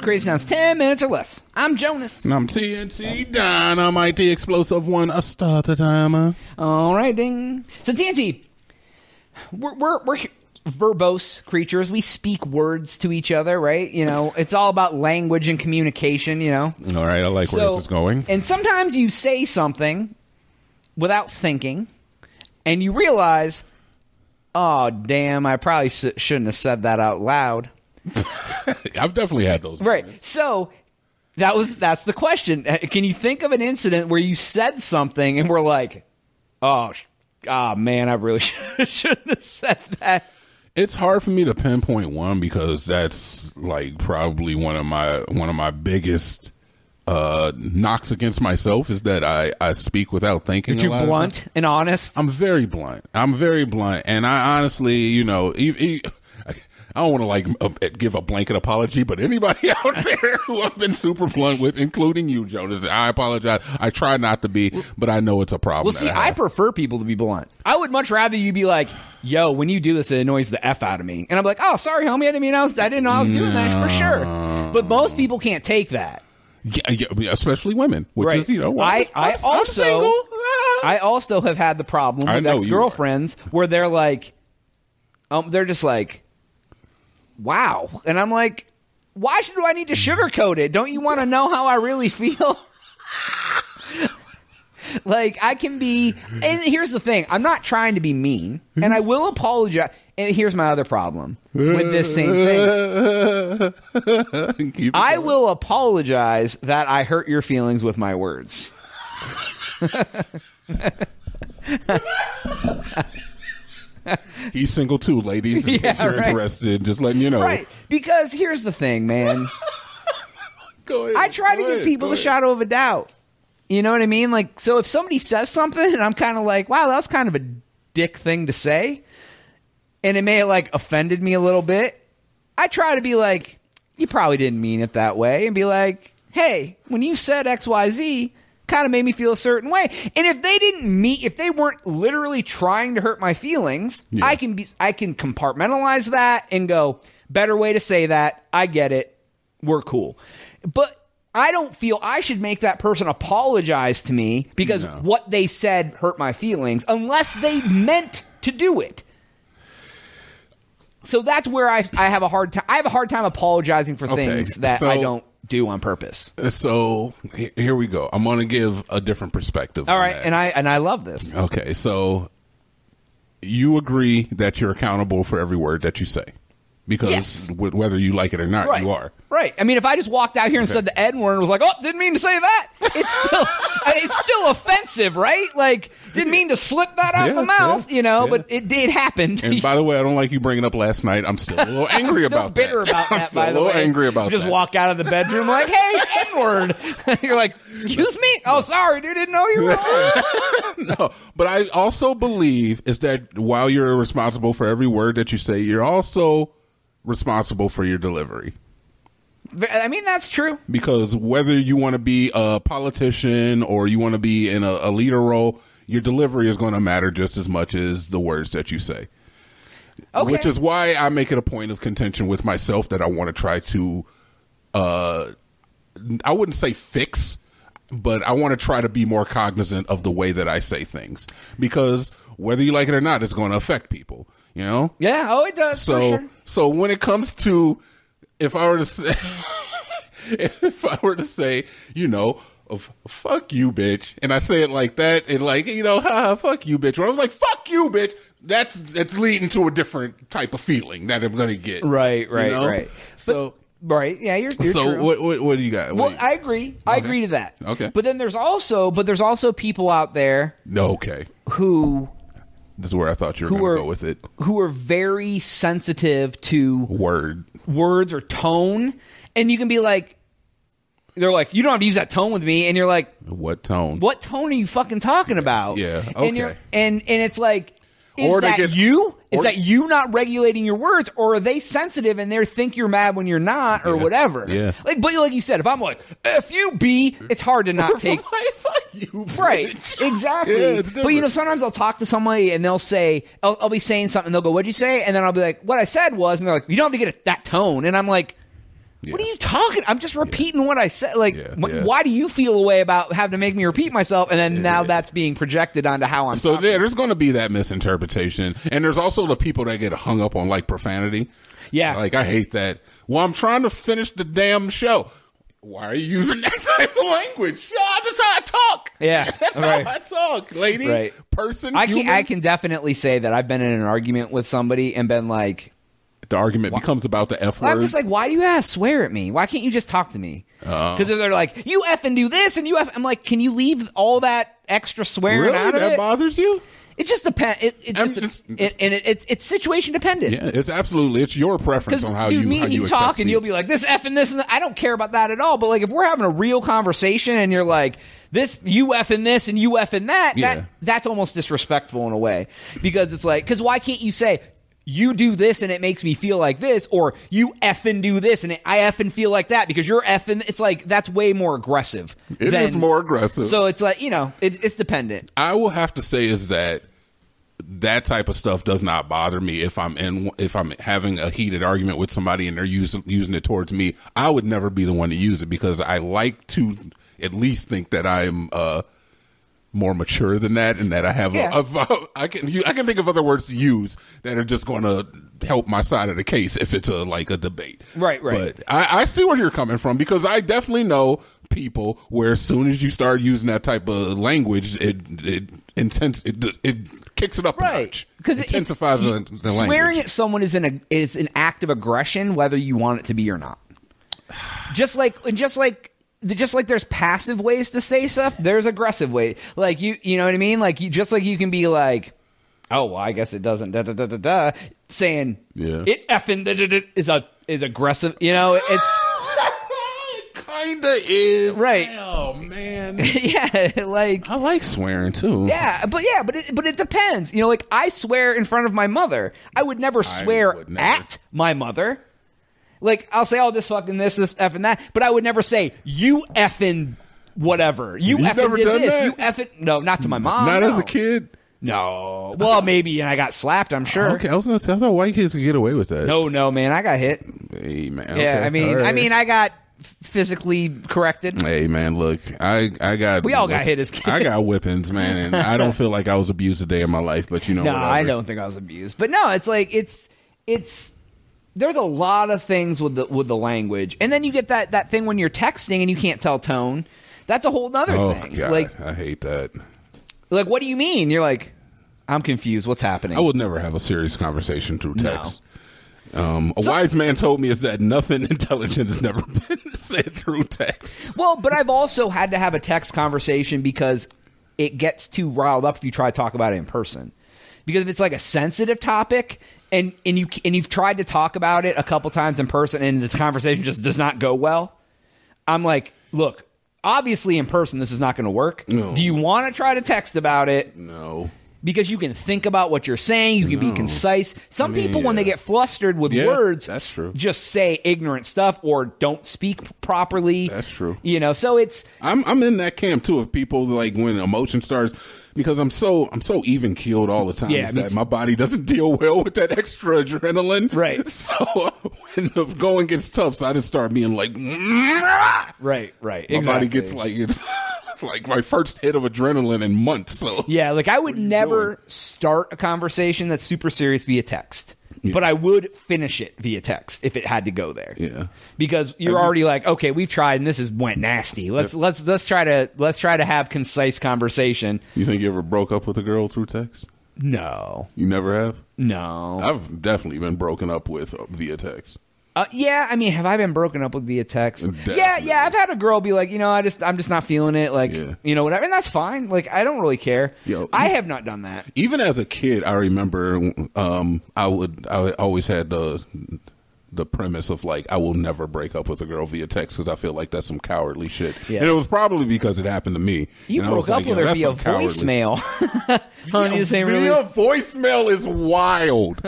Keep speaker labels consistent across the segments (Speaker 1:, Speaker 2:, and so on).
Speaker 1: Crazy Sounds, 10 minutes or less. I'm Jonas.
Speaker 2: And I'm TNT Dynamite, the explosive one, a starter timer.
Speaker 1: All right, ding. So, TNT, we're, we're, we're verbose creatures. We speak words to each other, right? You know, it's all about language and communication, you know?
Speaker 2: All right, I like where
Speaker 1: So-
Speaker 2: this is going.
Speaker 1: And sometimes you say something without thinking, and you realize, oh, damn, I probably s- shouldn't have said that out loud.
Speaker 2: I've definitely had those.
Speaker 1: Right. So that was that's the question. Uh, Can you think of an incident where you said something and we're like, oh, sh- ah, man, I really shouldn't have said that.
Speaker 2: It's hard for me to pinpoint one because that's like probably one of my one of my biggest uh knocks against myself is that I I speak without thinking. a
Speaker 1: Too
Speaker 2: lot of times.
Speaker 1: blunt and honest.
Speaker 2: I'm very blunt. I'm very blunt, and I honestly, you know, e- e- I I don't want to like uh, give a blanket apology, but anybody out there who I've been super blunt with, including you, Jonas, I apologize. I try not to be, but I know it's a problem.
Speaker 1: well,
Speaker 2: that
Speaker 1: see,
Speaker 2: have.
Speaker 1: I prefer people to be blunt. I would much rather you be like, "Yo, when you do this, it annoys the f out of me," and I'm like, "Oh, sorry, homie, I didn't mean I was. I didn't know I was doing that for sure." But most people can't take that.
Speaker 2: Yeah, yeah, especially women, which
Speaker 1: Right.
Speaker 2: is you know,
Speaker 1: I- I
Speaker 2: I'm
Speaker 1: also-
Speaker 2: single. Ah.
Speaker 1: I also have had the problem
Speaker 2: I
Speaker 1: with
Speaker 2: know you
Speaker 1: ex girlfriends where they're like, um, they're just like, wow, and I'm like, why should I need to sugarcoat it? Don't you want to know how I really feel? like I can be, and here's the thing: I'm not trying to be mean, and I will apologize. And here's my other problem with this same thing.
Speaker 2: Keep it
Speaker 1: I
Speaker 2: going.
Speaker 1: will apologize that I hurt your feelings with my words.
Speaker 2: He's single too, ladies. In
Speaker 1: Yeah,
Speaker 2: case you're
Speaker 1: right.
Speaker 2: interested, just letting you know.
Speaker 1: Right. Because here's the thing, man.
Speaker 2: Go ahead,
Speaker 1: I try to
Speaker 2: go
Speaker 1: give
Speaker 2: ahead,
Speaker 1: people
Speaker 2: go
Speaker 1: the
Speaker 2: ahead.
Speaker 1: shadow of a doubt. You know what I mean? Like, so if somebody says something and I'm kind of like, wow, that was kind of a dick thing to say, and it may have like offended me a little bit, I try to be like, you probably didn't mean it that way, and be like, hey, when you said XYZ, kind of made me feel a certain way. And if they didn't meet, if they weren't literally trying to hurt my feelings,
Speaker 2: Yeah.
Speaker 1: I can be, I can compartmentalize that and go, better way to say that. I get it. We're cool. But I don't feel I should make that person apologize to me because
Speaker 2: No.
Speaker 1: what they said hurt my feelings unless they meant to do it so that's where I I have a hard time. I have a hard time apologizing for
Speaker 2: Okay,
Speaker 1: things that I
Speaker 2: so-
Speaker 1: don't do on purpose.
Speaker 2: So he- here we go. I'm going to give a different perspective.
Speaker 1: All
Speaker 2: on
Speaker 1: right,
Speaker 2: that.
Speaker 1: and I and I love this.
Speaker 2: okay. So you agree that you're accountable for every word that you say, because
Speaker 1: Yes.
Speaker 2: wh- whether you like it or not,
Speaker 1: Right,
Speaker 2: you are.
Speaker 1: right. I mean, if I just walked out here and said the N word and was like, "Oh, didn't mean to say that," it's still I- it's still offensive, right? Like, didn't mean to slip that out of my
Speaker 2: Yeah,
Speaker 1: mouth,
Speaker 2: yeah,
Speaker 1: you know.
Speaker 2: yeah.
Speaker 1: But it did happen.
Speaker 2: And by the way, I don't like you bringing up last night. I'm still a little angry
Speaker 1: Still
Speaker 2: about
Speaker 1: bitter
Speaker 2: that.
Speaker 1: about
Speaker 2: I'm
Speaker 1: that.
Speaker 2: still
Speaker 1: By
Speaker 2: a
Speaker 1: the
Speaker 2: little
Speaker 1: way,
Speaker 2: angry about
Speaker 1: you just
Speaker 2: that.
Speaker 1: walk out of the bedroom like, "Hey, N word." You're like, "Excuse me? Oh, sorry, dude. Didn't know you were." on."
Speaker 2: no, but I also believe is that while you're responsible for every word that you say, you're also responsible for your delivery.
Speaker 1: I mean, that's true.
Speaker 2: Because whether you want to be a politician or you want to be in a, a leader role, your delivery is going to matter just as much as the words that you say.
Speaker 1: Okay.
Speaker 2: Which is why I make it a point of contention with myself that I want to try to, uh, I wouldn't say fix, but I want to try to be more cognizant of the way that I say things because whether you like it or not, it's going to affect people. You know,
Speaker 1: Yeah. Oh, it does. for
Speaker 2: so
Speaker 1: sure.
Speaker 2: so when it comes to if I were to say if I were to say, you know, of fuck you bitch and I say it like that and like, you know, ha fuck you bitch. When I was like, fuck you bitch, that's that's leading to a different type of feeling that I'm going to get.
Speaker 1: Right,
Speaker 2: you
Speaker 1: right,
Speaker 2: know?
Speaker 1: right.
Speaker 2: So
Speaker 1: Right. Yeah, you're, you're
Speaker 2: so
Speaker 1: true.
Speaker 2: what, what what do you got? What
Speaker 1: well,
Speaker 2: do you-
Speaker 1: I agree. I
Speaker 2: Okay.
Speaker 1: agree to that.
Speaker 2: Okay.
Speaker 1: But then there's also, but there's also people out there
Speaker 2: no, okay.
Speaker 1: who
Speaker 2: This is where I thought you were
Speaker 1: who
Speaker 2: going
Speaker 1: are
Speaker 2: to go with it.
Speaker 1: who are very sensitive to
Speaker 2: Word.
Speaker 1: words or tone, and you can be like, they're like, you don't have to use that tone with me, and you're like,
Speaker 2: What tone?
Speaker 1: what tone are you fucking talking about?
Speaker 2: yeah,
Speaker 1: And you're,
Speaker 2: okay.
Speaker 1: and and it's like. Is
Speaker 2: Or they
Speaker 1: that
Speaker 2: get-
Speaker 1: you? Is
Speaker 2: or-
Speaker 1: that you not regulating your words, or are they sensitive and they think you're mad when you're not, or
Speaker 2: Yeah,
Speaker 1: whatever?
Speaker 2: yeah.
Speaker 1: Like, but like you said, if I'm like, if you be, it's hard to not take
Speaker 2: fuck you
Speaker 1: Right,
Speaker 2: bitch.
Speaker 1: exactly.
Speaker 2: Yeah, it's
Speaker 1: but you know,
Speaker 2: different.
Speaker 1: sometimes I'll talk to somebody and they'll say, I'll, I'll be saying something, they'll go, "What'd you say?" And then I'll be like, "What I said was," and they're like, "You don't have to get it that tone." And I'm like, What are
Speaker 2: Yeah.
Speaker 1: you talking? I'm just repeating what I said. Like,
Speaker 2: Yeah,
Speaker 1: wh-
Speaker 2: yeah.
Speaker 1: why do you feel a way about having to make me repeat myself? And then now
Speaker 2: yeah.
Speaker 1: that's being projected onto how I'm.
Speaker 2: So
Speaker 1: talking.
Speaker 2: yeah, there's going to be that misinterpretation, and there's also the people that get hung up on like profanity.
Speaker 1: Yeah.
Speaker 2: like I hate that. Well, I'm trying to finish the damn show. Why are you using that type of language? Yeah, that's how I talk.
Speaker 1: Yeah,
Speaker 2: that's
Speaker 1: right.
Speaker 2: how I talk, lady,
Speaker 1: Right.
Speaker 2: person.
Speaker 1: I can,
Speaker 2: human.
Speaker 1: I can definitely say that I've been in an argument with somebody and been like,
Speaker 2: the argument becomes about the f word.
Speaker 1: I'm just like, why do you ass swear at me? Why can't you just talk to me?
Speaker 2: Oh.
Speaker 1: Because if they're like, you f and do this and you f, I'm like, can you leave all that extra swearing
Speaker 2: really,
Speaker 1: out of
Speaker 2: that
Speaker 1: it?
Speaker 2: bothers you?
Speaker 1: it just depends. It, it
Speaker 2: I'm
Speaker 1: just,
Speaker 2: just-
Speaker 1: it, and it, it's it's situation dependent.
Speaker 2: Yeah, it's absolutely it's your preference
Speaker 1: Because
Speaker 2: on how
Speaker 1: dude,
Speaker 2: you
Speaker 1: me
Speaker 2: how
Speaker 1: and
Speaker 2: you
Speaker 1: you
Speaker 2: accept
Speaker 1: talk, and
Speaker 2: me.
Speaker 1: you'll be like, "This f and this," and that. I don't care about that at all. But like, if we're having a real conversation, and you're like, "This you f and this, and you f and that,"
Speaker 2: Yeah.
Speaker 1: that that's almost disrespectful in a way because it's like, because why can't you say? You do this and it makes me feel like this, or you f and do this and it, I f and feel like that because you're f and it's like that's way more aggressive.
Speaker 2: It
Speaker 1: than-
Speaker 2: is more aggressive.
Speaker 1: So it's like you know, it, it's dependent.
Speaker 2: I will have to say is that that type of stuff does not bother me if I'm in if I'm having a heated argument with somebody and they're using using it towards me. I would never be the one to use it because I like to at least think that I'm uh more mature than that and that I have
Speaker 1: Yeah.
Speaker 2: a, a I can I can think of other words to use that are just going to help my side of the case if it's a like a debate.
Speaker 1: Right, right.
Speaker 2: But I, I see where you're coming from because I definitely know people where as soon as you start using that type of language, it it intense it it kicks it up a notch
Speaker 1: because it
Speaker 2: intensifies the, the
Speaker 1: swearing
Speaker 2: language.
Speaker 1: at someone is an is an act of aggression, whether you want it to be or not. Just like and just like just like there's passive ways to say stuff, there's aggressive ways. Like you, you know what I mean? Like you, just like you can be like, oh, well, I guess it doesn't. Da da da da da. Saying
Speaker 2: Yeah.
Speaker 1: it effing da, da, da, is a is aggressive. You know, it's
Speaker 2: Kinda is
Speaker 1: Right.
Speaker 2: Oh man,
Speaker 1: yeah, like
Speaker 2: I like swearing too.
Speaker 1: Yeah, but yeah, but it, but it depends. You know, like I swear in front of my mother. I would never swear
Speaker 2: would never.
Speaker 1: at my mother. Like I'll say, "Oh, this fucking this, this effing that," but I would never say, "You effing whatever." You
Speaker 2: You've
Speaker 1: effing
Speaker 2: never
Speaker 1: did
Speaker 2: done
Speaker 1: this.
Speaker 2: that?
Speaker 1: You effing no, not to my mom.
Speaker 2: Not
Speaker 1: no.
Speaker 2: as a kid.
Speaker 1: No. Well, maybe, and I got slapped. I'm sure.
Speaker 2: Okay, I was gonna say I thought white kids could get away with that.
Speaker 1: No, no, man, I got hit.
Speaker 2: Hey man.
Speaker 1: Yeah,
Speaker 2: okay,
Speaker 1: I mean,
Speaker 2: all
Speaker 1: I
Speaker 2: right.
Speaker 1: mean, I got f- physically corrected.
Speaker 2: Hey man, look, I I got
Speaker 1: We all got hit as kids.
Speaker 2: I got whippings, man, and I don't feel like I was abused a day in my life, but you know,
Speaker 1: No,
Speaker 2: whatever.
Speaker 1: I don't think I was abused. But no, it's like it's it's there's a lot of things with the with the language. And then you get that that thing when you're texting and you can't tell tone. That's a whole nother
Speaker 2: Oh
Speaker 1: thing.
Speaker 2: god,
Speaker 1: Like
Speaker 2: I hate that.
Speaker 1: like what do you mean? You're like I'm confused. What's happening?
Speaker 2: I would never have a serious conversation through text. Um, a wise man told me is that nothing intelligent has never been said through text.
Speaker 1: Well, but I've also had to have a text conversation because it gets too riled up if you try to talk about it in person. Because if it's like a sensitive topic and and you and you've tried to talk about it a couple times in person and this conversation just does not go well, I'm like, look, obviously in person this is not going to work.
Speaker 2: No.
Speaker 1: Do you want to try to text about it?
Speaker 2: No.
Speaker 1: Because you can think about what you're saying, you can be concise. Some
Speaker 2: mean,
Speaker 1: people, when
Speaker 2: yeah.
Speaker 1: they get flustered with
Speaker 2: Yeah,
Speaker 1: words,
Speaker 2: that's true.
Speaker 1: just say ignorant stuff or don't speak p- properly.
Speaker 2: That's true.
Speaker 1: You know, so it's
Speaker 2: I'm I'm in that camp too of people like when emotion starts because I'm so I'm so even keeled all the time
Speaker 1: Yeah,
Speaker 2: is
Speaker 1: me
Speaker 2: that
Speaker 1: too.
Speaker 2: my body doesn't deal well with that extra adrenaline.
Speaker 1: Right.
Speaker 2: So when the going gets tough, so I just start being like "Mm, ah!" my
Speaker 1: Right, right.
Speaker 2: body gets like it's, it's like my first hit of adrenaline in months. So
Speaker 1: Yeah, like I would
Speaker 2: you
Speaker 1: never
Speaker 2: doing?
Speaker 1: start a conversation that's super serious via text. But I would finish it via text if it had to go there.
Speaker 2: Yeah.
Speaker 1: Because you're already like, okay, we've tried and this is went nasty. Let's let's let's try to let's try to have concise conversation.
Speaker 2: You think you ever broke up with a girl through text?
Speaker 1: No.
Speaker 2: You never have?
Speaker 1: No.
Speaker 2: I've definitely been broken up with via text.
Speaker 1: Uh, yeah, I mean, have I been broken up with via text? Yeah,
Speaker 2: Definitely.
Speaker 1: yeah, I've had a girl be like, you know, I just I'm just not feeling it, like
Speaker 2: Yeah.
Speaker 1: you know, whatever, and that's fine. Like I don't really care.
Speaker 2: Yo,
Speaker 1: I
Speaker 2: you-
Speaker 1: have not done that.
Speaker 2: even as a kid, I remember um, I would I always had the the premise of like I will never break up with a girl via text because I feel like that's some cowardly shit.
Speaker 1: Yeah.
Speaker 2: And it was probably because it happened to me.
Speaker 1: You
Speaker 2: And I
Speaker 1: broke
Speaker 2: was
Speaker 1: up
Speaker 2: like,
Speaker 1: with
Speaker 2: yo,
Speaker 1: her
Speaker 2: that's
Speaker 1: via
Speaker 2: some cowardly-
Speaker 1: voicemail. Honey, this ain't really.
Speaker 2: Via voicemail is wild.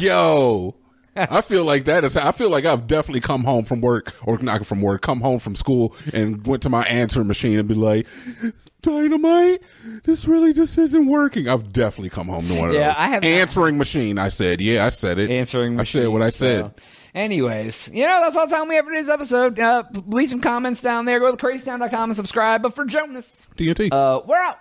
Speaker 2: Yo. I feel like that is. I feel like I've definitely come home from work, or not from work, come home from school, and went to my answering machine and be like, "Dynamite, this really just isn't working." I've definitely come home to one of
Speaker 1: Yeah,
Speaker 2: those.
Speaker 1: I have-
Speaker 2: answering machine. I said, "Yeah, I said it."
Speaker 1: Answering
Speaker 2: I said what I
Speaker 1: machine,
Speaker 2: said.
Speaker 1: so- Anyways, you know, that's all the time we have for today's episode. Uh, leave some comments down there. Go to crazytown.com and subscribe. But for Jonas,
Speaker 2: TNT.
Speaker 1: uh, we're out.